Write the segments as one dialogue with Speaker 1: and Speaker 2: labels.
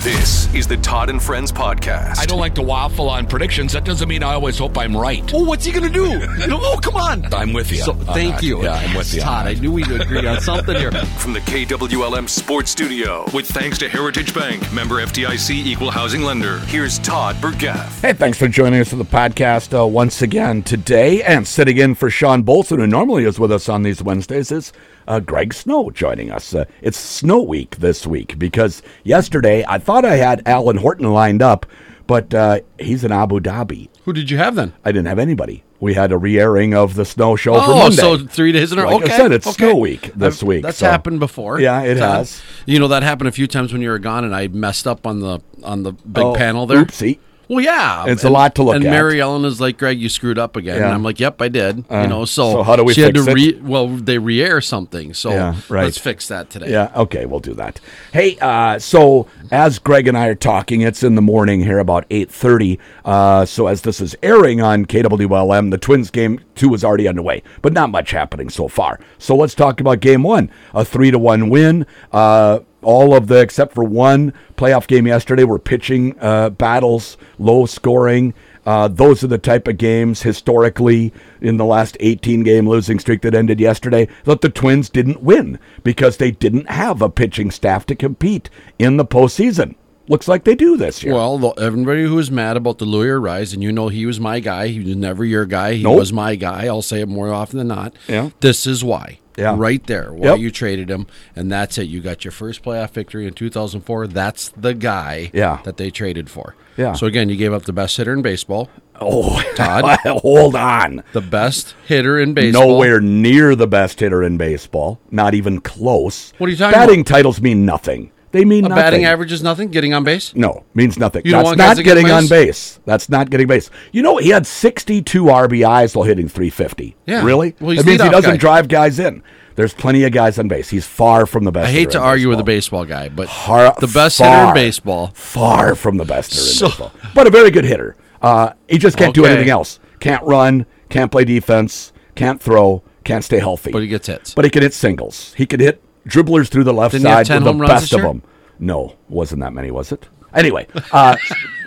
Speaker 1: This is the Todd and Friends podcast.
Speaker 2: I don't like to waffle on predictions. That doesn't mean I always hope I'm right.
Speaker 3: Oh, what's he going to do? You know, oh, come on.
Speaker 2: I'm with you.
Speaker 3: So,
Speaker 2: on
Speaker 3: thank
Speaker 2: that.
Speaker 3: you.
Speaker 2: Yeah, I'm with you on
Speaker 3: Todd, I
Speaker 2: that.
Speaker 3: knew we'd agree on something here.
Speaker 1: From the KWLM Sports Studio, with thanks to Heritage Bank, member FDIC, equal housing lender. Here's Todd Burgaff.
Speaker 4: Hey, thanks for joining us for the podcast uh, once again today. And sitting in for Sean Bolson, who normally is with us on these Wednesdays, is uh, Greg Snow joining us. Uh, it's Snow Week this week because yesterday I thought I had Alan Horton lined up, but uh, he's in Abu Dhabi.
Speaker 3: Who did you have then?
Speaker 4: I didn't have anybody. We had a re airing of the snow show for
Speaker 3: Oh,
Speaker 4: Monday.
Speaker 3: so three days in a row.
Speaker 4: Like I
Speaker 3: okay.
Speaker 4: said, it's
Speaker 3: okay.
Speaker 4: snow week this
Speaker 3: I've-
Speaker 4: week,
Speaker 3: That's
Speaker 4: so-
Speaker 3: happened before.
Speaker 4: Yeah, it
Speaker 3: Todd.
Speaker 4: has.
Speaker 3: You know that happened a few times when you were gone, and I messed up on the on the big
Speaker 4: Oh,
Speaker 3: panel there.
Speaker 4: oopsie.
Speaker 3: Well, yeah,
Speaker 4: It's a lot to look
Speaker 3: and
Speaker 4: at.
Speaker 3: And Mary Ellen is like, "Greg, you screwed up again."
Speaker 4: Yeah. Uh,
Speaker 3: And I'm like, "Yep, I did." you know, so,
Speaker 4: so how do we
Speaker 3: She had
Speaker 4: fix
Speaker 3: to
Speaker 4: it?
Speaker 3: re. Well, they re-air something, so
Speaker 4: Yeah, right.
Speaker 3: let's fix that today.
Speaker 4: Yeah, okay, we'll do that. Hey, uh, so as Greg and I are talking, it's in the morning here, about 8.30. Uh, so as this is airing on KWLM, the Twins game two is already underway, but not much happening so far. So let's talk about game one, a 3 to one win. Uh, all of the, except for one playoff game yesterday, were pitching uh, battles, low scoring. Uh, those are the type of games historically in the last 18 game losing streak that ended yesterday that the Twins didn't win because they didn't have a pitching staff to compete in the postseason. Looks like they do this year.
Speaker 3: Well, the, everybody who was mad about the Lawyer rise, and you know he was my guy. He was never your guy. He
Speaker 4: Nope.
Speaker 3: was my guy. I'll say it more often than not.
Speaker 4: Yeah.
Speaker 3: This is why.
Speaker 4: Yeah.
Speaker 3: Right there, why
Speaker 4: Yep.
Speaker 3: you traded him, and that's it. You got your first playoff victory in 2004. That's the guy.
Speaker 4: Yeah.
Speaker 3: That they traded for.
Speaker 4: Yeah.
Speaker 3: So again, you gave up the best hitter in baseball,
Speaker 4: oh,
Speaker 3: Todd.
Speaker 4: hold on.
Speaker 3: the best hitter in baseball.
Speaker 4: Nowhere near the best hitter in baseball. Not even close.
Speaker 3: What are you talking
Speaker 4: Batting titles mean nothing. They mean
Speaker 3: A
Speaker 4: nothing.
Speaker 3: batting average is nothing. Getting on base.
Speaker 4: No, means nothing.
Speaker 3: You don't
Speaker 4: That's
Speaker 3: want guys
Speaker 4: not
Speaker 3: to get
Speaker 4: getting on
Speaker 3: base?
Speaker 4: base. That's not getting base. You know, he had 62 RBIs while hitting 350.
Speaker 3: Yeah.
Speaker 4: Really?
Speaker 3: Well, he's
Speaker 4: that means he
Speaker 3: leadoff
Speaker 4: doesn't
Speaker 3: guy.
Speaker 4: drive guys in. There's plenty of guys on base. He's far from the best.
Speaker 3: I hate to argue with a baseball guy, but
Speaker 4: Har-
Speaker 3: the best hitter
Speaker 4: far.
Speaker 3: in baseball.
Speaker 4: Far from the best hitter
Speaker 3: So-
Speaker 4: in baseball. But a very good hitter. Uh, he just can't do
Speaker 3: Okay.
Speaker 4: anything else. Can't run, can't play defense, can't throw, can't stay healthy.
Speaker 3: But he gets hits.
Speaker 4: But he can hit singles. He could hit dribblers through the left
Speaker 3: Didn't he have
Speaker 4: side
Speaker 3: 10
Speaker 4: with the
Speaker 3: home runs
Speaker 4: best
Speaker 3: this
Speaker 4: of
Speaker 3: year?
Speaker 4: them. No, wasn't that many, was it? Anyway, uh,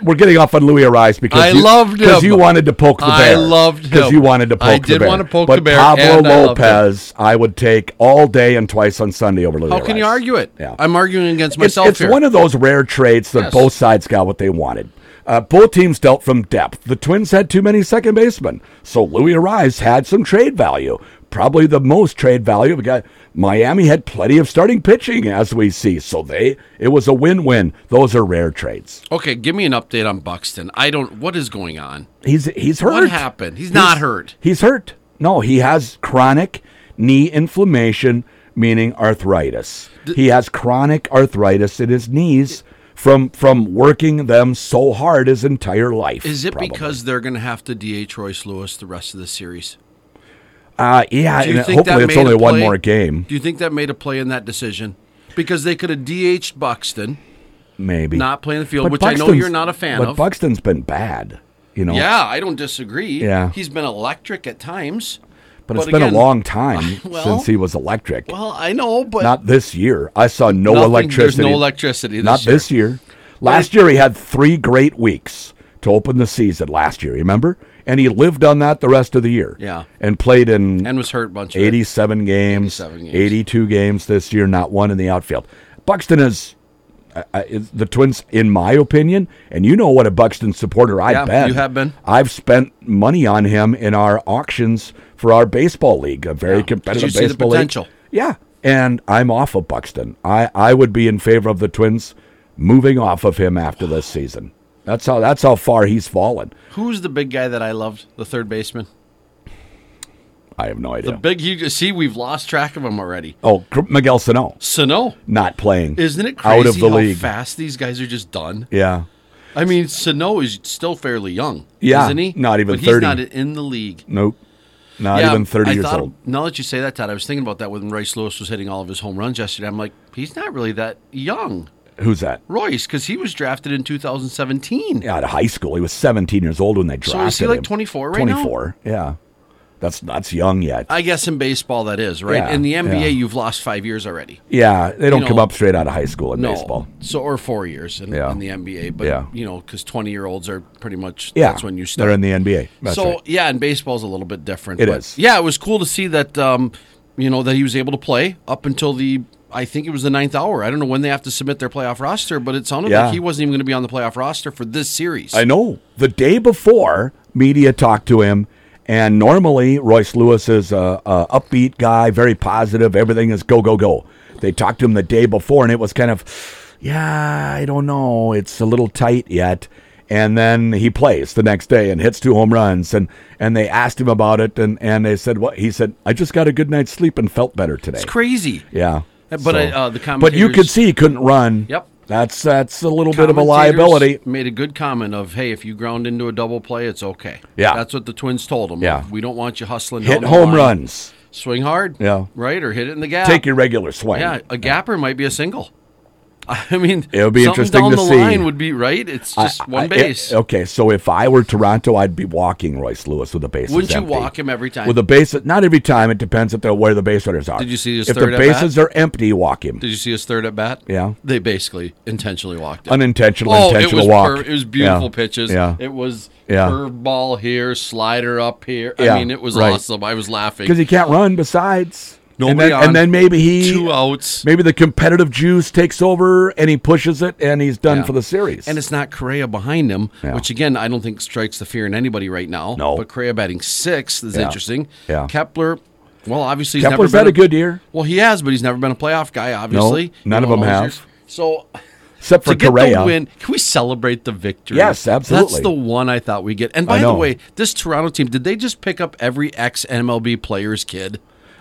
Speaker 4: we're getting off on Louis Arise because
Speaker 3: I
Speaker 4: you,
Speaker 3: loved him.
Speaker 4: because you wanted to poke the
Speaker 3: I
Speaker 4: bear.
Speaker 3: loved him.
Speaker 4: because you wanted to poke
Speaker 3: I
Speaker 4: the bear.
Speaker 3: did want to poke
Speaker 4: but
Speaker 3: the bear,
Speaker 4: Pablo
Speaker 3: and I loved him.
Speaker 4: Lopez, I would take all day and twice on Sunday over Louis.
Speaker 3: How can you
Speaker 4: Arise.
Speaker 3: argue it?
Speaker 4: Yeah,
Speaker 3: I'm arguing against
Speaker 4: It's-
Speaker 3: myself
Speaker 4: It's,
Speaker 3: here.
Speaker 4: one of those rare trades that
Speaker 3: Yes.
Speaker 4: both sides got what they wanted. Uh, both teams dealt from depth. The Twins had too many second basemen, so Louis Arise had some trade value. Probably the most trade value. We got Miami had plenty of starting pitching, as we see. So they it was a win-win. Those are rare trades.
Speaker 3: Okay, give me an update on Buxton. I don't. What is going on?
Speaker 4: He's he's hurt.
Speaker 3: What happened? He's not hurt.
Speaker 4: He's hurt. No, he has chronic knee inflammation, meaning arthritis. he has chronic arthritis in his knees from from working them so hard his entire life.
Speaker 3: Is it
Speaker 4: probably.
Speaker 3: because they're going to have to DH Royce Lewis the rest of the series?
Speaker 4: Uh, yeah, and hopefully it's
Speaker 3: made
Speaker 4: only
Speaker 3: a
Speaker 4: one
Speaker 3: play-
Speaker 4: more game,
Speaker 3: Do you think that made a play in that decision? Because they could have DH'd Buxton,
Speaker 4: maybe.
Speaker 3: not playing the field,
Speaker 4: But
Speaker 3: which I know you're
Speaker 4: Buxton's-
Speaker 3: not a fan
Speaker 4: but
Speaker 3: of.
Speaker 4: Buxton's been bad, you know.
Speaker 3: yeah, I don't disagree.
Speaker 4: Yeah.
Speaker 3: he's been electric at times,
Speaker 4: but it's been
Speaker 3: again-
Speaker 4: a long time
Speaker 3: Well-
Speaker 4: since he was electric.
Speaker 3: Well, I know, but
Speaker 4: not this year. I saw no
Speaker 3: Nothing- there's
Speaker 4: electricity.
Speaker 3: no electricity this
Speaker 4: not this year. Last year he had three great weeks to open the season. Last year, remember, and he lived on that the rest of the year.
Speaker 3: Yeah.
Speaker 4: and played in
Speaker 3: and was hurt a bunch. Of it.
Speaker 4: 87 games,
Speaker 3: 87 games.
Speaker 4: 82 games this year, not one in the outfield. Buxton is, uh, uh, is the Twins, in my opinion, and you know what a Buxton supporter I've
Speaker 3: Yeah,
Speaker 4: been.
Speaker 3: you have been.
Speaker 4: I've spent money on him in our auctions for our baseball league, a very competitive
Speaker 3: Did you see the
Speaker 4: baseball
Speaker 3: potential?
Speaker 4: league. Yeah, and I'm off of Buxton. I, I would be in favor of the Twins moving off of him after this season. That's how that's how far he's fallen.
Speaker 3: Who's the big guy that I loved? The third baseman,
Speaker 4: I have no
Speaker 3: the
Speaker 4: idea.
Speaker 3: big huge. See, we've lost track of him already.
Speaker 4: oh, Gr- Miguel Sano
Speaker 3: Sano.
Speaker 4: not playing.
Speaker 3: Isn't it crazy
Speaker 4: out of the
Speaker 3: how
Speaker 4: league?
Speaker 3: fast these guys are just done?
Speaker 4: Yeah.
Speaker 3: I mean, Sano is still fairly young,
Speaker 4: Yeah,
Speaker 3: isn't he?
Speaker 4: not even
Speaker 3: but
Speaker 4: 30.
Speaker 3: He's not in the league.
Speaker 4: Nope. Not
Speaker 3: Yeah,
Speaker 4: even 30
Speaker 3: I
Speaker 4: years
Speaker 3: thought-
Speaker 4: old.
Speaker 3: Now that you say that, Todd, I was thinking about that when Royce Lewis was hitting all of his home runs yesterday. I'm like, he's not really that young,
Speaker 4: Who's that?
Speaker 3: Royce, because he was drafted in 2017.
Speaker 4: Out of high school. He was 17 years old when they drafted
Speaker 3: So is he like
Speaker 4: him.
Speaker 3: 24 right now?
Speaker 4: 24, yeah. That's that's young yet.
Speaker 3: I guess in baseball that is right.
Speaker 4: Yeah,
Speaker 3: in the NBA,
Speaker 4: yeah.
Speaker 3: you've lost five years already.
Speaker 4: yeah, they don't
Speaker 3: know,
Speaker 4: come up straight out of high school in
Speaker 3: No,
Speaker 4: baseball.
Speaker 3: so or four years in,
Speaker 4: Yeah.
Speaker 3: in the NBA, but
Speaker 4: Yeah.
Speaker 3: you know because twenty year olds are pretty much
Speaker 4: Yeah,
Speaker 3: that's when you
Speaker 4: They're
Speaker 3: start.
Speaker 4: in the NBA. That's
Speaker 3: so
Speaker 4: right.
Speaker 3: yeah, and baseball's a little bit different.
Speaker 4: It
Speaker 3: It is.
Speaker 4: is.
Speaker 3: Yeah, it was cool to see that. Um, you know that he was able to play up until the I think it was the ninth hour. I don't know when they have to submit their playoff roster, but it sounded
Speaker 4: Yeah.
Speaker 3: like he wasn't even going to be on the playoff roster for this series.
Speaker 4: I know. The day before, media talked to him, and normally Royce Lewis is a, a upbeat guy, very positive. Everything is go go go. They talked to him the day before, and it was kind of, yeah, I don't know, it's a little tight yet. And then he plays the next day and hits two home runs, and and they asked him about it, and and they said what he said. I just got a good night's sleep and felt better today.
Speaker 3: it's crazy.
Speaker 4: Yeah.
Speaker 3: But, I- uh, the
Speaker 4: But you could
Speaker 3: commentators-
Speaker 4: see he couldn't run.
Speaker 3: Yep.
Speaker 4: That's that's a little bit of a
Speaker 3: Commentators
Speaker 4: liability.
Speaker 3: Made a good comment of, "Hey, if you ground into a double play, it's okay."
Speaker 4: Yeah.
Speaker 3: that's what the Twins told him.
Speaker 4: Yeah.
Speaker 3: we don't want you hustling.
Speaker 4: Hit
Speaker 3: down the
Speaker 4: home
Speaker 3: line.
Speaker 4: runs.
Speaker 3: swing hard.
Speaker 4: Yeah.
Speaker 3: right, or hit it in the gap.
Speaker 4: Take your regular swing.
Speaker 3: Yeah, a gapper might be a single. I mean,
Speaker 4: It would be
Speaker 3: something
Speaker 4: interesting
Speaker 3: down
Speaker 4: to
Speaker 3: the
Speaker 4: see.
Speaker 3: line would be right. It's just
Speaker 4: I- I-
Speaker 3: one base.
Speaker 4: it- okay, so if I were Toronto, I'd be walking Royce Lewis with the bases.
Speaker 3: Wouldn't you
Speaker 4: empty.
Speaker 3: walk him every time?
Speaker 4: With the base, not every time. It depends if they're where the base runners are.
Speaker 3: Did you see his
Speaker 4: If
Speaker 3: third
Speaker 4: the
Speaker 3: at
Speaker 4: bases are empty, walk him.
Speaker 3: Did you see his third at bat?
Speaker 4: Yeah.
Speaker 3: they basically intentionally walked it.
Speaker 4: Unintentional,
Speaker 3: Oh,
Speaker 4: intentional
Speaker 3: it was
Speaker 4: walk.
Speaker 3: per- it was beautiful
Speaker 4: Yeah.
Speaker 3: pitches.
Speaker 4: Yeah,
Speaker 3: It was
Speaker 4: Yeah.
Speaker 3: curveball here, slider up here.
Speaker 4: Yeah,
Speaker 3: I mean, it was
Speaker 4: right.
Speaker 3: awesome. I was laughing.
Speaker 4: because he can't run. Besides, and
Speaker 3: Nobody
Speaker 4: then,
Speaker 3: on,
Speaker 4: and then maybe he
Speaker 3: two outs.
Speaker 4: Maybe the competitive juice takes over and he pushes it, and he's done
Speaker 3: Yeah.
Speaker 4: for the series.
Speaker 3: And it's not Correa behind him,
Speaker 4: Yeah.
Speaker 3: which again I don't think strikes the fear in anybody right now.
Speaker 4: No.
Speaker 3: but Correa batting sixth is
Speaker 4: Yeah.
Speaker 3: interesting.
Speaker 4: Yeah.
Speaker 3: Kepler. Well, obviously he's
Speaker 4: Kepler's
Speaker 3: never
Speaker 4: had
Speaker 3: been
Speaker 4: a good year,
Speaker 3: Well, he has, but he's never been a playoff guy. Obviously, You
Speaker 4: none of
Speaker 3: know,
Speaker 4: them
Speaker 3: all those
Speaker 4: have.
Speaker 3: years. So
Speaker 4: except for
Speaker 3: to get
Speaker 4: Correa.
Speaker 3: the win, can we celebrate the victory?
Speaker 4: Yes, absolutely.
Speaker 3: That's the one I thought we get. And
Speaker 4: I
Speaker 3: by the
Speaker 4: know.
Speaker 3: way, this Toronto team did they just pick up every ex MLB player's kid?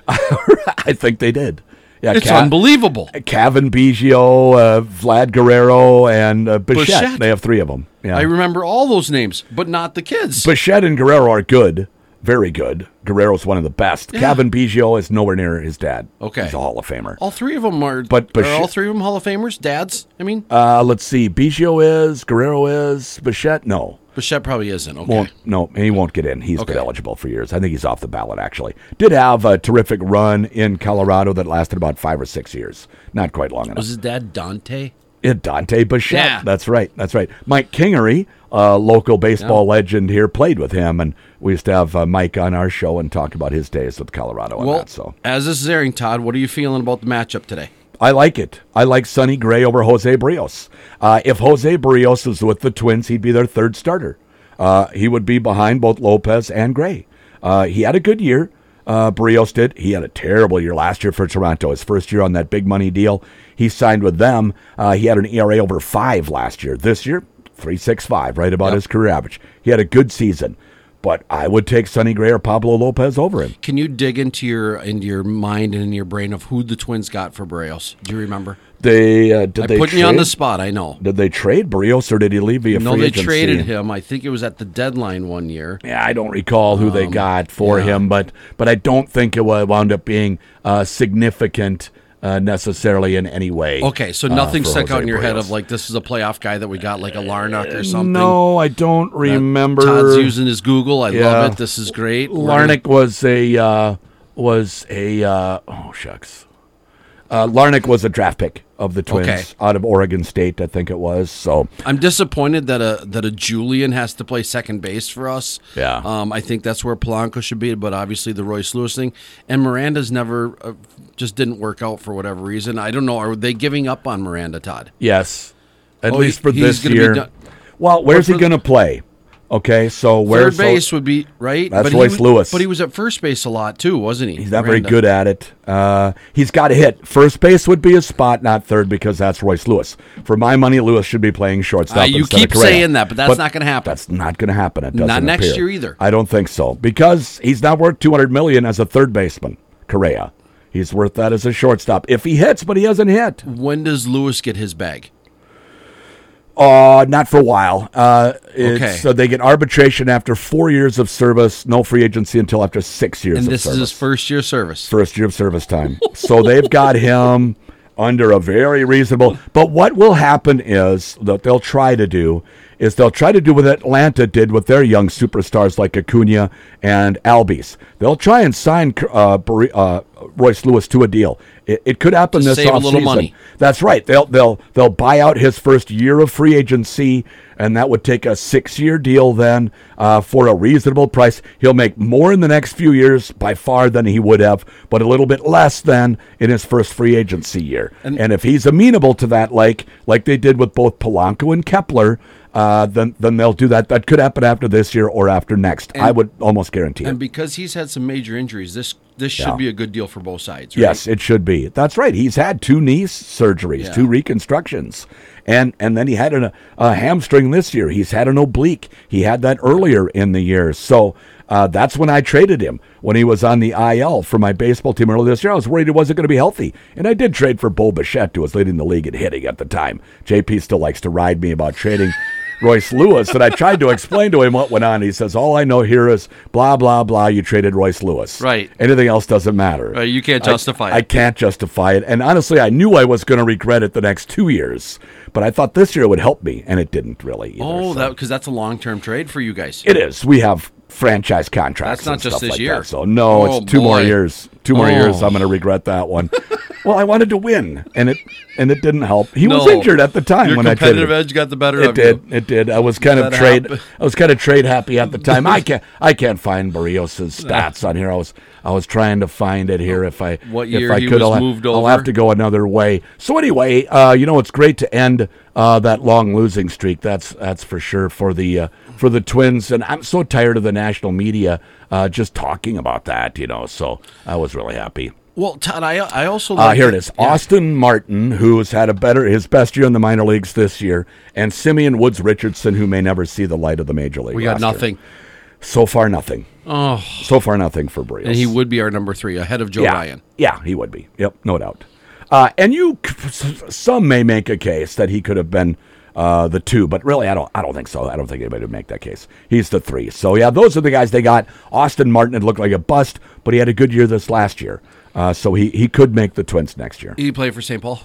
Speaker 4: I think they did. Yeah,
Speaker 3: It's
Speaker 4: Ca-
Speaker 3: unbelievable.
Speaker 4: Cavan Biggio, uh, Vlad Guerrero, and uh, Bichette.
Speaker 3: Bichette.
Speaker 4: They have three of them. Yeah.
Speaker 3: I remember all those names, but not the kids.
Speaker 4: Bichette and Guerrero are good, very good. Guerrero's one of the best. Cavan Biggio is nowhere near his dad.
Speaker 3: Okay. Oh.
Speaker 4: He's a Hall of Famer.
Speaker 3: all three of them are.
Speaker 4: But
Speaker 3: are
Speaker 4: Bichette-
Speaker 3: all three of them Hall of Famers? Dads? I mean,
Speaker 4: Uh, let's see. Biggio is, Guerrero is, Bichette, no.
Speaker 3: Bichette probably isn't. Okay.
Speaker 4: Won't, no, he won't get in. He's been eligible for years. I think he's off the ballot, actually. Did have a terrific run in Colorado that lasted about five or six years. Not quite long enough.
Speaker 3: Was his dad Dante?
Speaker 4: Yeah, Dante Bichette.
Speaker 3: Yeah.
Speaker 4: That's right. That's right. Mike Kingery, a local baseball legend here, played with him, and we used to have uh, Mike on our show and talk about his days with Colorado and
Speaker 3: Well,
Speaker 4: that. So
Speaker 3: as this is airing, Todd, what are you feeling about the matchup today?
Speaker 4: I like it. I like Sonny Gray over Jose Brios. Uh, if Jose Brios is with the Twins, he'd be their third starter. Uh, he would be behind both Lopez and Gray. Uh, he had a good year. Uh, Brios did. He had a terrible year last year for Toronto. His first year on that big money deal, he signed with them. Uh, he had an ERA over five last year. This year, three six five, right about his career average. He had a good season, but I would take Sonny Gray or Pablo Lopez over him.
Speaker 3: Can you dig into your into your mind and in your brain of who the Twins got for Brails? Do you remember?
Speaker 4: They uh, did
Speaker 3: I
Speaker 4: they
Speaker 3: put you on the
Speaker 4: trade-
Speaker 3: spot. I know.
Speaker 4: Did they trade Brios or did he leave via
Speaker 3: No,
Speaker 4: free
Speaker 3: they
Speaker 4: agency?
Speaker 3: traded him. I think it was at the deadline one year.
Speaker 4: Yeah, I don't recall who
Speaker 3: Um,
Speaker 4: they got for him, but but I don't think it wa- wound up being uh, significant uh, necessarily in any way.
Speaker 3: Okay, so
Speaker 4: uh,
Speaker 3: nothing
Speaker 4: for
Speaker 3: stuck out
Speaker 4: Jose
Speaker 3: in your head of
Speaker 4: Barrios.
Speaker 3: like this is a playoff guy that we got like a Larnock or something.
Speaker 4: No, I don't
Speaker 3: That-
Speaker 4: remember.
Speaker 3: Todd's using his Google. I
Speaker 4: Yeah.
Speaker 3: love it. This is great.
Speaker 4: Larnick was a uh, was a uh, oh shucks. Uh, Larnick was a draft pick of the Twins
Speaker 3: Okay.
Speaker 4: out of Oregon State, I think it was. So
Speaker 3: I'm disappointed that a that a Julian has to play second base for us.
Speaker 4: Yeah.
Speaker 3: um, I think that's where Polanco should be, but obviously the Royce Lewis thing and Miranda's never uh, just didn't work out for whatever reason. I don't know. Are they giving up on Miranda Todd?
Speaker 4: Yes, at
Speaker 3: Oh,
Speaker 4: least
Speaker 3: he-
Speaker 4: for
Speaker 3: he's
Speaker 4: this
Speaker 3: gonna be
Speaker 4: year.
Speaker 3: done-
Speaker 4: well, where's he
Speaker 3: for-
Speaker 4: going to play? Okay, so where's
Speaker 3: Third base would be right.
Speaker 4: That's
Speaker 3: he
Speaker 4: Royce
Speaker 3: was-
Speaker 4: Lewis.
Speaker 3: but he was at first base a lot too, wasn't he?
Speaker 4: He's not very
Speaker 3: Miranda?
Speaker 4: good at it. Uh, he's got to hit. First base would be his spot, not third, because that's Royce Lewis. For my money, Lewis should be playing shortstop.
Speaker 3: Uh, you
Speaker 4: instead of
Speaker 3: keep
Speaker 4: Correa.
Speaker 3: saying that, but that's not gonna happen.
Speaker 4: That's not going to happen. It doesn't
Speaker 3: Not next
Speaker 4: appear.
Speaker 3: year either.
Speaker 4: I don't think so because he's not worth two hundred million as a third baseman. Correa, he's worth that as a shortstop if he hits, but he hasn't hit.
Speaker 3: When does Lewis get his bag?
Speaker 4: Uh, not for a while. Uh, it's,
Speaker 3: Okay.
Speaker 4: So they get arbitration after four years of service, no free agency until after six years
Speaker 3: And
Speaker 4: of
Speaker 3: this
Speaker 4: service.
Speaker 3: is his first year of service.
Speaker 4: First year of service time. so they've got him under a very reasonable. But what will happen is that they'll try to do is they'll try to do what Atlanta did with their young superstars like Acuna and Albies. They'll try and sign uh, Bar- uh, Royce Lewis to a deal. It, it could happen
Speaker 3: To
Speaker 4: this
Speaker 3: save a little
Speaker 4: offseason.
Speaker 3: money.
Speaker 4: That's right. They'll they'll they'll buy out his first year of free agency, and that would take a six-year deal then uh, for a reasonable price. He'll make more in the next few years by far than he would have, but a little bit less than in his first free agency year. And, if he's amenable to that, like like they did with both Polanco and Kepler, uh, then then they'll do that. That could happen after this year or after next. I would almost guarantee it.
Speaker 3: And because he's had some major injuries, this this should
Speaker 4: Yeah.
Speaker 3: be a good deal for both sides. Right?
Speaker 4: Yes, it should be. That's right. He's had two knee surgeries,
Speaker 3: Yeah.
Speaker 4: two reconstructions, and and then he had an, a hamstring this year. He's had an oblique. He had that earlier in the year. So uh, that's when I traded him when he was on the IL for my baseball team earlier this year. I was worried he wasn't going to be healthy, and I did trade for Bo Bichette, who was leading the league in hitting at the time. JP still likes to ride me about trading. Royce Lewis, and I tried to explain to him what went on. He says, All I know here is blah, blah, blah. You traded Royce Lewis.
Speaker 3: Right.
Speaker 4: Anything else doesn't matter.
Speaker 3: Right, Uh, you can't
Speaker 4: I-
Speaker 3: justify
Speaker 4: I,
Speaker 3: it.
Speaker 4: can't justify it. And honestly, I knew I was going to regret it the next two years, but I thought this year would help me, and it didn't really. Either,
Speaker 3: Oh,
Speaker 4: so.
Speaker 3: that because that's a long term trade for you guys.
Speaker 4: it is. We have franchise contracts.
Speaker 3: That's not
Speaker 4: and
Speaker 3: just
Speaker 4: stuff
Speaker 3: this
Speaker 4: like
Speaker 3: year.
Speaker 4: that, so no,
Speaker 3: Oh,
Speaker 4: it's two more
Speaker 3: boy.
Speaker 4: years. Two more
Speaker 3: Oh.
Speaker 4: years. I'm going to regret that one. well, I wanted to win, and it and it didn't help. He was
Speaker 3: No.
Speaker 4: injured at the time
Speaker 3: Your
Speaker 4: when I traded.
Speaker 3: competitive
Speaker 4: him.
Speaker 3: edge got the better
Speaker 4: It
Speaker 3: of
Speaker 4: did.
Speaker 3: you.
Speaker 4: It did. I was kind of
Speaker 3: That
Speaker 4: trade.
Speaker 3: happened.
Speaker 4: I was kind of trade happy at the time. I can't. I can't find Barrios' stats on here. I was. I was trying to find it here. If I.
Speaker 3: What
Speaker 4: if
Speaker 3: year
Speaker 4: I
Speaker 3: he
Speaker 4: could,
Speaker 3: was
Speaker 4: I'll,
Speaker 3: moved
Speaker 4: I'll
Speaker 3: over?
Speaker 4: have to go another way. So anyway, uh, you know, it's great to end uh, that long losing streak. That's that's for sure for the uh, for the Twins. And I'm so tired of the national media uh, just talking about that. You know, so I was really happy.
Speaker 3: Well, Todd, I I also
Speaker 4: Uh,
Speaker 3: like
Speaker 4: here it is. Austin Martin, who's had a better his best year in the minor leagues this year, and Simeon Woods Richardson, who may never see the light of the major league.
Speaker 3: We got
Speaker 4: roster.
Speaker 3: nothing,
Speaker 4: so far. Nothing. Oh, so far nothing for Brees.
Speaker 3: and he would be our number three ahead of Joe
Speaker 4: yeah,
Speaker 3: Ryan.
Speaker 4: yeah, he would be. Yep, no doubt. Uh, and you, some may make a case that he could have been uh, the two, but really, I don't. I don't think so. I don't think anybody would make that case. He's the three. So yeah, those are the guys they got. Austin Martin had looked like a bust, but he had a good year this last year. Uh, so he, he could make the Twins next year.
Speaker 3: Did he play for St. Paul?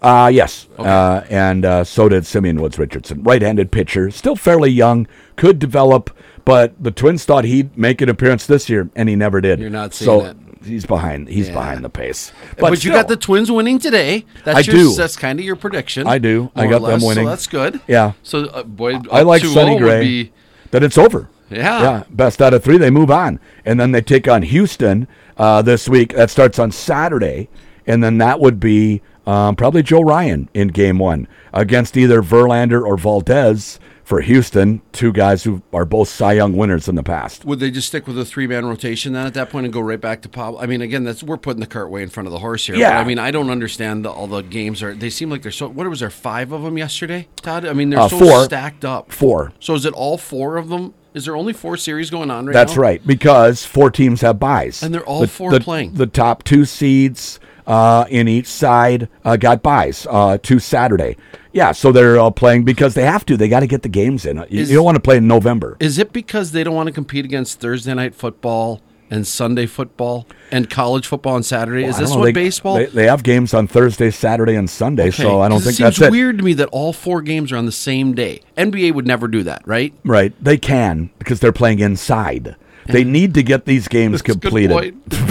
Speaker 4: Uh, yes. Uh, and uh, so did Simeon Woods Richardson. Right handed pitcher, still fairly young, could develop, but the Twins thought he'd make an appearance this year, and he never did.
Speaker 3: You're not
Speaker 4: so
Speaker 3: seeing
Speaker 4: He's behind. He's
Speaker 3: Yeah.
Speaker 4: behind the pace.
Speaker 3: But, you got the
Speaker 4: still,
Speaker 3: Twins winning today. That's
Speaker 4: I
Speaker 3: your,
Speaker 4: do.
Speaker 3: That's kind of your prediction.
Speaker 4: I do. I
Speaker 3: more
Speaker 4: got
Speaker 3: or
Speaker 4: them
Speaker 3: less, so
Speaker 4: winning.
Speaker 3: that's good.
Speaker 4: Yeah.
Speaker 3: So, uh, boy, up
Speaker 4: I like
Speaker 3: 2-0
Speaker 4: Sonny
Speaker 3: would
Speaker 4: Gray.
Speaker 3: be-
Speaker 4: That it's over.
Speaker 3: Yeah.
Speaker 4: Yeah. Best out of three. They move on, and then they take on Houston uh, this week. That starts on Saturday, and then that would be um, probably Joe Ryan in Game One against either Verlander or Valdez for Houston. Two guys who are both Cy Young winners in the past.
Speaker 3: would they just stick with a three man rotation then at that point and go right back to Pablo? I mean, again, that's we're putting the cart way in front of the horse here. but
Speaker 4: Yeah.
Speaker 3: I mean, I don't understand the, all the games are. They seem like they're so. What was there five of them yesterday, Todd? I mean, they're
Speaker 4: Uh,
Speaker 3: so
Speaker 4: four.
Speaker 3: stacked up.
Speaker 4: Four.
Speaker 3: So is it all four of them? Is there only four series going on right now?
Speaker 4: That's right, because four teams have buys,
Speaker 3: And they're all
Speaker 4: the,
Speaker 3: four
Speaker 4: the-
Speaker 3: playing.
Speaker 4: The top two seeds uh, in each side uh, got buys uh, to Saturday. Yeah, so they're all playing because they have to. They got to get the games in. You,
Speaker 3: Is-
Speaker 4: you don't want to play in November.
Speaker 3: Is it because they don't want to compete against Thursday night football and Sunday football and college football on Saturday? is
Speaker 4: I don't
Speaker 3: this
Speaker 4: know,
Speaker 3: what
Speaker 4: they-
Speaker 3: baseball?
Speaker 4: They, they have games on Thursday, Saturday, and Sunday, so I don't
Speaker 3: 'Cause
Speaker 4: think
Speaker 3: it
Speaker 4: that's
Speaker 3: seems
Speaker 4: it.
Speaker 3: weird to me that all four games are on the same day. NBA would never do that, right?
Speaker 4: Right. They can because they're playing inside. They need to get these games
Speaker 3: That's a good
Speaker 4: completed
Speaker 3: point.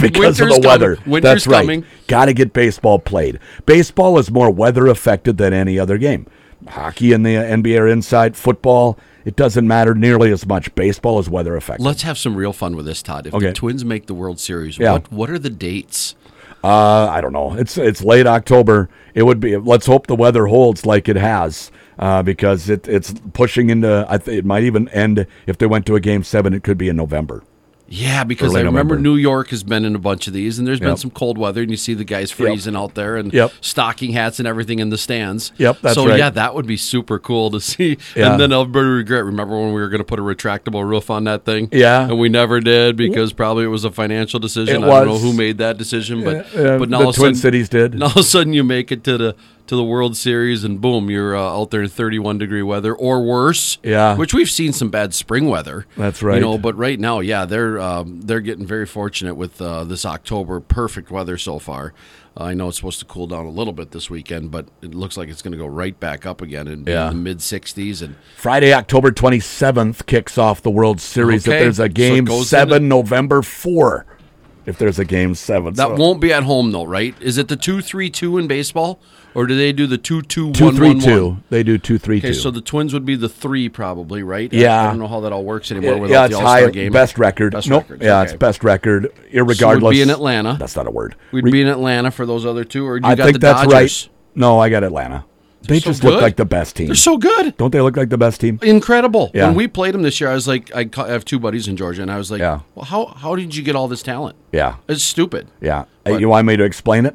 Speaker 4: because of
Speaker 3: Winter's
Speaker 4: the
Speaker 3: coming.
Speaker 4: weather.
Speaker 3: Winter's
Speaker 4: That's right.
Speaker 3: coming.
Speaker 4: Got to get baseball played. Baseball is more weather affected than any other game. Hockey and the NBA are inside. Football, it doesn't matter nearly as much. Baseball is weather affected.
Speaker 3: Let's have some real fun with this, Todd. If
Speaker 4: Okay.
Speaker 3: the Twins make the World Series,
Speaker 4: Yeah.
Speaker 3: what what are the dates?
Speaker 4: Uh, I don't know. It's it's late October. It would be. Let's hope the weather holds like it has, uh, because it it's pushing into. I th- it might even end if they went to a game seven. It could be in November.
Speaker 3: Yeah, because
Speaker 4: Early
Speaker 3: I remember
Speaker 4: November.
Speaker 3: New York has been in a bunch of these, and there's been
Speaker 4: Yep.
Speaker 3: some cold weather, and you see the guys freezing out there, and
Speaker 4: Yep.
Speaker 3: stocking hats and everything in the stands.
Speaker 4: Yep, that's
Speaker 3: so
Speaker 4: right.
Speaker 3: yeah, that would be super cool to see.
Speaker 4: Yeah.
Speaker 3: And then Alberta regret. Remember when we were going to put a retractable roof on that thing?
Speaker 4: Yeah.
Speaker 3: and we never did because probably it was a financial decision.
Speaker 4: It
Speaker 3: I don't know
Speaker 4: was.
Speaker 3: who made that decision, but
Speaker 4: Uh,
Speaker 3: but now
Speaker 4: the
Speaker 3: all of a
Speaker 4: Twin
Speaker 3: sudden-
Speaker 4: Cities did.
Speaker 3: And all of a sudden you make it to the to the World Series, and boom, you're uh, out there in 31 degree weather or worse.
Speaker 4: Yeah.
Speaker 3: which we've seen some bad spring weather.
Speaker 4: That's
Speaker 3: You
Speaker 4: right.
Speaker 3: know, but right now, yeah, they're um, they're getting very fortunate with uh, this October perfect weather so far. Uh, I know it's supposed to cool down a little bit this weekend, but it looks like it's going to go right back up again and be
Speaker 4: Yeah.
Speaker 3: in the mid 60s. And
Speaker 4: Friday, October 27th kicks off the World Series.
Speaker 3: Okay.
Speaker 4: If there's
Speaker 3: So
Speaker 4: a
Speaker 3: it
Speaker 4: game
Speaker 3: goes
Speaker 4: seven, November 4. If there's a game seven.
Speaker 3: that
Speaker 4: So-
Speaker 3: won't be at home though, right? Is it the two three two in baseball, or do they do the two two one
Speaker 4: two
Speaker 3: one
Speaker 4: three two.
Speaker 3: one?
Speaker 4: They do two three two.
Speaker 3: Okay, so the Twins would be the three probably, right? I- I,
Speaker 4: Yeah.
Speaker 3: don't know how that all works anymore without
Speaker 4: yeah,
Speaker 3: the
Speaker 4: it's
Speaker 3: All Star
Speaker 4: high
Speaker 3: game.
Speaker 4: best record.
Speaker 3: Best
Speaker 4: nope.
Speaker 3: records,
Speaker 4: Yeah,
Speaker 3: okay.
Speaker 4: it's best record. Irregardless.
Speaker 3: So we'd be in Atlanta.
Speaker 4: That's not a word.
Speaker 3: We'd
Speaker 4: Re-
Speaker 3: be in Atlanta for those other two, or you
Speaker 4: I
Speaker 3: got
Speaker 4: think
Speaker 3: the
Speaker 4: that's
Speaker 3: Dodgers.
Speaker 4: right. No, I got Atlanta. They
Speaker 3: so
Speaker 4: just
Speaker 3: good.
Speaker 4: look like the best team.
Speaker 3: They're so good.
Speaker 4: Don't they look like the best team?
Speaker 3: Incredible.
Speaker 4: Yeah.
Speaker 3: When we played them this year, I was like, I ca- I have two buddies in Georgia, and I was like,
Speaker 4: Yeah.
Speaker 3: well, how how did you get all this talent?
Speaker 4: Yeah.
Speaker 3: It's stupid.
Speaker 4: Yeah. Uh, you want me to explain it?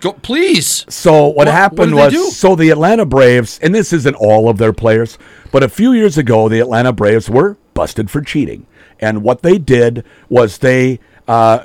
Speaker 3: Go, please.
Speaker 4: So what,
Speaker 3: What-
Speaker 4: happened
Speaker 3: what did they do?
Speaker 4: was so the Atlanta Braves, and this isn't all of their players, but a few years ago the Atlanta Braves were busted for cheating, and what they did was they uh,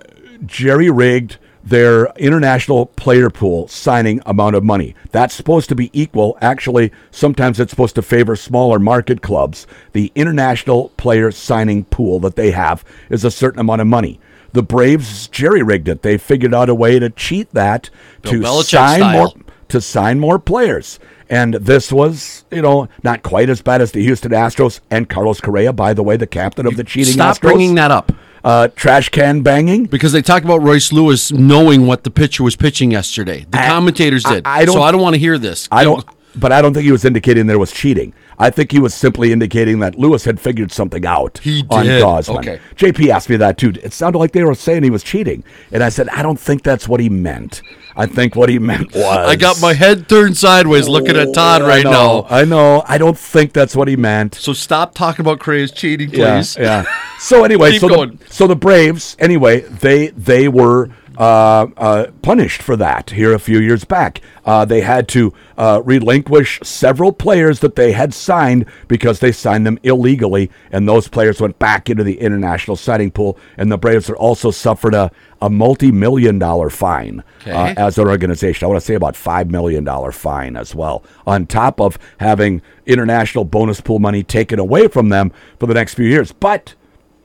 Speaker 4: jerry rigged their international player pool signing amount of money. That's supposed to be equal. Actually, sometimes it's supposed to favor smaller market clubs. The international player signing pool that they have is a certain amount of money. The Braves jerry rigged it. They figured out a way to cheat that to
Speaker 3: Belichick
Speaker 4: sign
Speaker 3: style.
Speaker 4: more to sign more players. And this was, you know, not quite as bad as the Houston Astros and Carlos Correa, by the way, the captain of the cheating
Speaker 3: Stop
Speaker 4: Astros.
Speaker 3: bringing that up
Speaker 4: Uh, trash can banging.
Speaker 3: because they talked about Royce Lewis knowing what the pitcher was pitching yesterday. The
Speaker 4: I-
Speaker 3: commentators
Speaker 4: I-
Speaker 3: did.
Speaker 4: I don't-
Speaker 3: so I don't want to hear this.
Speaker 4: I don't, but I don't think he was indicating there was cheating. I think he was simply indicating that Lewis had figured something out
Speaker 3: He
Speaker 4: on
Speaker 3: did.
Speaker 4: Gosman.
Speaker 3: Okay.
Speaker 4: JP asked me that too. It sounded like they were saying he was cheating, and I said I don't think that's what he meant. I think what he meant was Oh,
Speaker 3: I got my head turned sideways looking at Todd
Speaker 4: I
Speaker 3: right
Speaker 4: know,
Speaker 3: now.
Speaker 4: I know. I don't think that's what he meant.
Speaker 3: So stop talking about Craze cheating,
Speaker 4: Yeah,
Speaker 3: please.
Speaker 4: Yeah. So anyway,
Speaker 3: Keep
Speaker 4: so
Speaker 3: going.
Speaker 4: the, so the Braves anyway they they were uh, uh, punished for that here a few years back. Uh, they had to uh, relinquish several players that they had signed because they signed them illegally, and those players went back into the international signing pool. And the Braves are also suffered a a multi-million dollar fine uh,
Speaker 3: Okay.
Speaker 4: as an organization. I want to say about five million dollar fine as well, on top of having international bonus pool money taken away from them for the next few years. But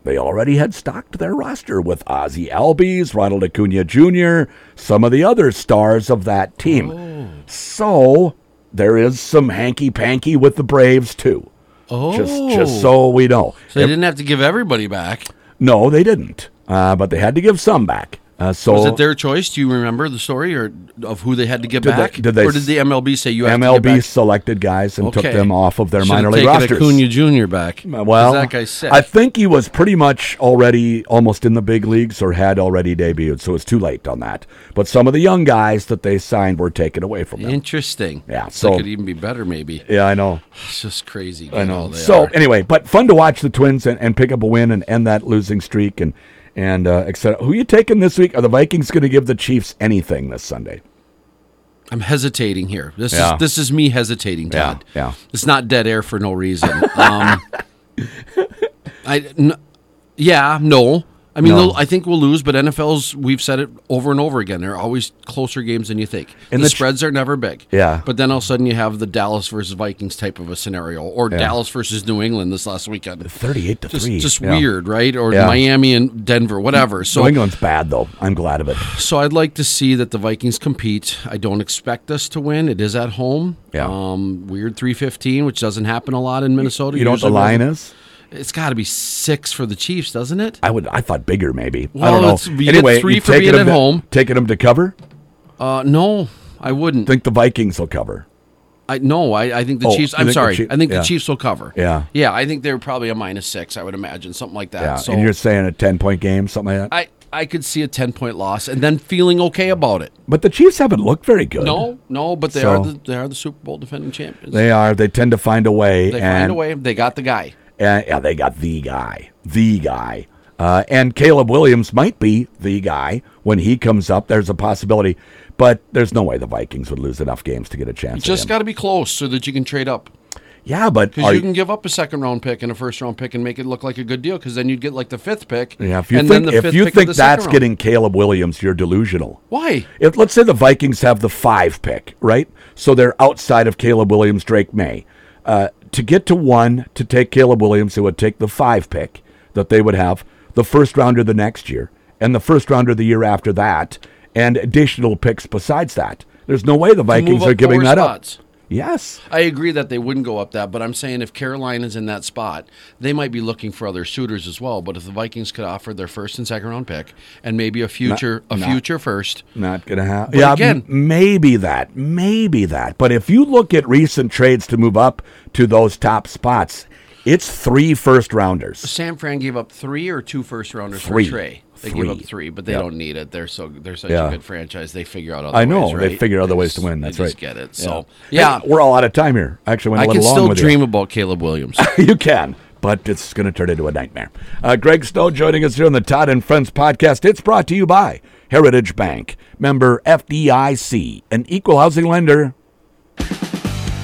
Speaker 4: they already had stocked their roster with Ozzy Albies, Ronald Acuna Jr., some of the other stars of that team. So there is some hanky panky with the Braves too. Oh, just just so we know.
Speaker 3: So they didn't have to give everybody back.
Speaker 4: no, they didn't, uh, but they had to give some back. Uh, so
Speaker 3: Was it their choice? Do you remember the story or of who they had to get
Speaker 4: Did they-
Speaker 3: back?
Speaker 4: did they
Speaker 3: or did the MLB say you have to get
Speaker 4: MLB
Speaker 3: back?
Speaker 4: selected guys and took
Speaker 3: Okay.
Speaker 4: them off of their
Speaker 3: Should've
Speaker 4: minor league
Speaker 3: taken
Speaker 4: rosters.
Speaker 3: Acuna Jr. back.
Speaker 4: Well,
Speaker 3: 'Cause that guy's sick.
Speaker 4: I think he was pretty much already almost in the big leagues or had already debuted, so it's too late on that. But some of the young guys that they signed were taken away from them.
Speaker 3: Interesting.
Speaker 4: Yeah,
Speaker 3: That
Speaker 4: so-
Speaker 3: could even be better. Maybe
Speaker 4: Yeah, I know.
Speaker 3: it's just crazy.
Speaker 4: I
Speaker 3: you
Speaker 4: know.
Speaker 3: Oh, They
Speaker 4: So
Speaker 3: are.
Speaker 4: anyway, but fun to watch the Twins and, and pick up a win and end that losing streak and and uh, etc. Who you taking this week? Are the Vikings going to give the Chiefs anything this Sunday?
Speaker 3: I'm hesitating here. This
Speaker 4: Yeah.
Speaker 3: is this is me hesitating, Todd.
Speaker 4: yeah.
Speaker 3: It's not dead air for no reason. Um, I n- yeah, no. I mean,
Speaker 4: No.
Speaker 3: they'll- I think we'll lose, but NFL's we've said it over and over again. They're always closer games than you think, and
Speaker 4: And
Speaker 3: the,
Speaker 4: the ch-
Speaker 3: spreads are never big.
Speaker 4: Yeah.
Speaker 3: but then all of a sudden you have the Dallas versus Vikings type of a scenario, or Dallas versus New England this last weekend.
Speaker 4: Thirty-eight to
Speaker 3: Just,
Speaker 4: three.
Speaker 3: just
Speaker 4: Yeah.
Speaker 3: weird, right? Or
Speaker 4: Yeah.
Speaker 3: Miami and Denver, whatever. So
Speaker 4: New England's bad though. I'm glad of it.
Speaker 3: so I'd like to see that the Vikings compete. I don't expect us to win. It is at home.
Speaker 4: Yeah.
Speaker 3: Um, weird 315, which doesn't happen a lot in Minnesota.
Speaker 4: You know what the
Speaker 3: Usually-
Speaker 4: line is?
Speaker 3: It's got to be six for the Chiefs, doesn't it?
Speaker 4: I would. I thought bigger, maybe. I
Speaker 3: Well,
Speaker 4: don't know.
Speaker 3: it's- you get
Speaker 4: anyway,
Speaker 3: three
Speaker 4: you
Speaker 3: for
Speaker 4: taking
Speaker 3: being
Speaker 4: them to-
Speaker 3: at home.
Speaker 4: Taking them to cover.
Speaker 3: Uh, no, I wouldn't.
Speaker 4: Think the Vikings will cover.
Speaker 3: I No, I, I think the
Speaker 4: Oh,
Speaker 3: Chiefs.
Speaker 4: you
Speaker 3: I'm
Speaker 4: think the
Speaker 3: sorry.
Speaker 4: Chief-
Speaker 3: I think
Speaker 4: yeah.
Speaker 3: the Chiefs will cover.
Speaker 4: Yeah.
Speaker 3: Yeah, I think they're probably a minus six, I would imagine, something like that.
Speaker 4: Yeah,
Speaker 3: So
Speaker 4: and you're saying a ten point game, something like that.
Speaker 3: I, I could see a 10 point loss and then feeling okay about it.
Speaker 4: but the Chiefs haven't looked very good.
Speaker 3: No, no, but they,
Speaker 4: So-
Speaker 3: are, the, they are the Super Bowl defending champions.
Speaker 4: they are. They tend to find a way.
Speaker 3: They
Speaker 4: and,
Speaker 3: find a way. They got the guy.
Speaker 4: and- yeah, they got the guy, the guy. Uh, and Caleb Williams might be the guy when he comes up. There's a possibility, but there's no way the Vikings would lose enough games to get a chance. at
Speaker 3: Just
Speaker 4: him.
Speaker 3: got to be close so that you can trade up.
Speaker 4: Yeah, but
Speaker 3: Because
Speaker 4: are
Speaker 3: you can give up a second round pick and a first round pick and make it look like a good deal. Because then you'd get like the fifth pick.
Speaker 4: yeah, if you
Speaker 3: and
Speaker 4: think
Speaker 3: then the
Speaker 4: if
Speaker 3: fifth
Speaker 4: you
Speaker 3: pick of
Speaker 4: think
Speaker 3: the second
Speaker 4: that's
Speaker 3: round.
Speaker 4: getting Caleb Williams, you're delusional.
Speaker 3: why?
Speaker 4: If let's say the Vikings have the five pick, right? So they're outside of Caleb Williams, Drake May. Uh, to get to one, to take Caleb Williams, it would take the five pick that they would have, the first rounder the next year, and the first rounder the year after that, and additional picks besides that. There's no way the Vikings
Speaker 3: up
Speaker 4: are giving
Speaker 3: four
Speaker 4: that
Speaker 3: spots.
Speaker 4: up. Yes.
Speaker 3: I agree that they wouldn't go up that, but I'm saying if Carolina's in that spot, they might be looking for other suitors as well. But if the Vikings could offer their first and second round pick and maybe a future, a future first,
Speaker 4: Not gonna happen. Yeah,
Speaker 3: again-
Speaker 4: m- maybe that, maybe that. But if you look at recent trades to move up to those top spots, it's three first rounders.
Speaker 3: San Fran gave up three or two first rounders
Speaker 4: Three.
Speaker 3: for Trey. They
Speaker 4: Three.
Speaker 3: gave up three, but they
Speaker 4: Yep.
Speaker 3: don't need it. They're so they're such
Speaker 4: Yeah.
Speaker 3: a good franchise. They figure out. Other
Speaker 4: I know
Speaker 3: ways,
Speaker 4: they
Speaker 3: right?
Speaker 4: figure other ways to
Speaker 3: just-
Speaker 4: win. That's
Speaker 3: they
Speaker 4: right.
Speaker 3: just Get it. So
Speaker 4: Yeah.
Speaker 3: yeah,
Speaker 4: Hey, we're all out of time here. Actually, went a
Speaker 3: I
Speaker 4: little
Speaker 3: can
Speaker 4: long
Speaker 3: still
Speaker 4: with
Speaker 3: dream about Caleb Williams.
Speaker 4: you. You can, but it's going to turn into a nightmare. Uh, Greg Snow joining us here on the Todd and Friends podcast. It's brought to you by Heritage Bank, member FDIC, an equal housing lender.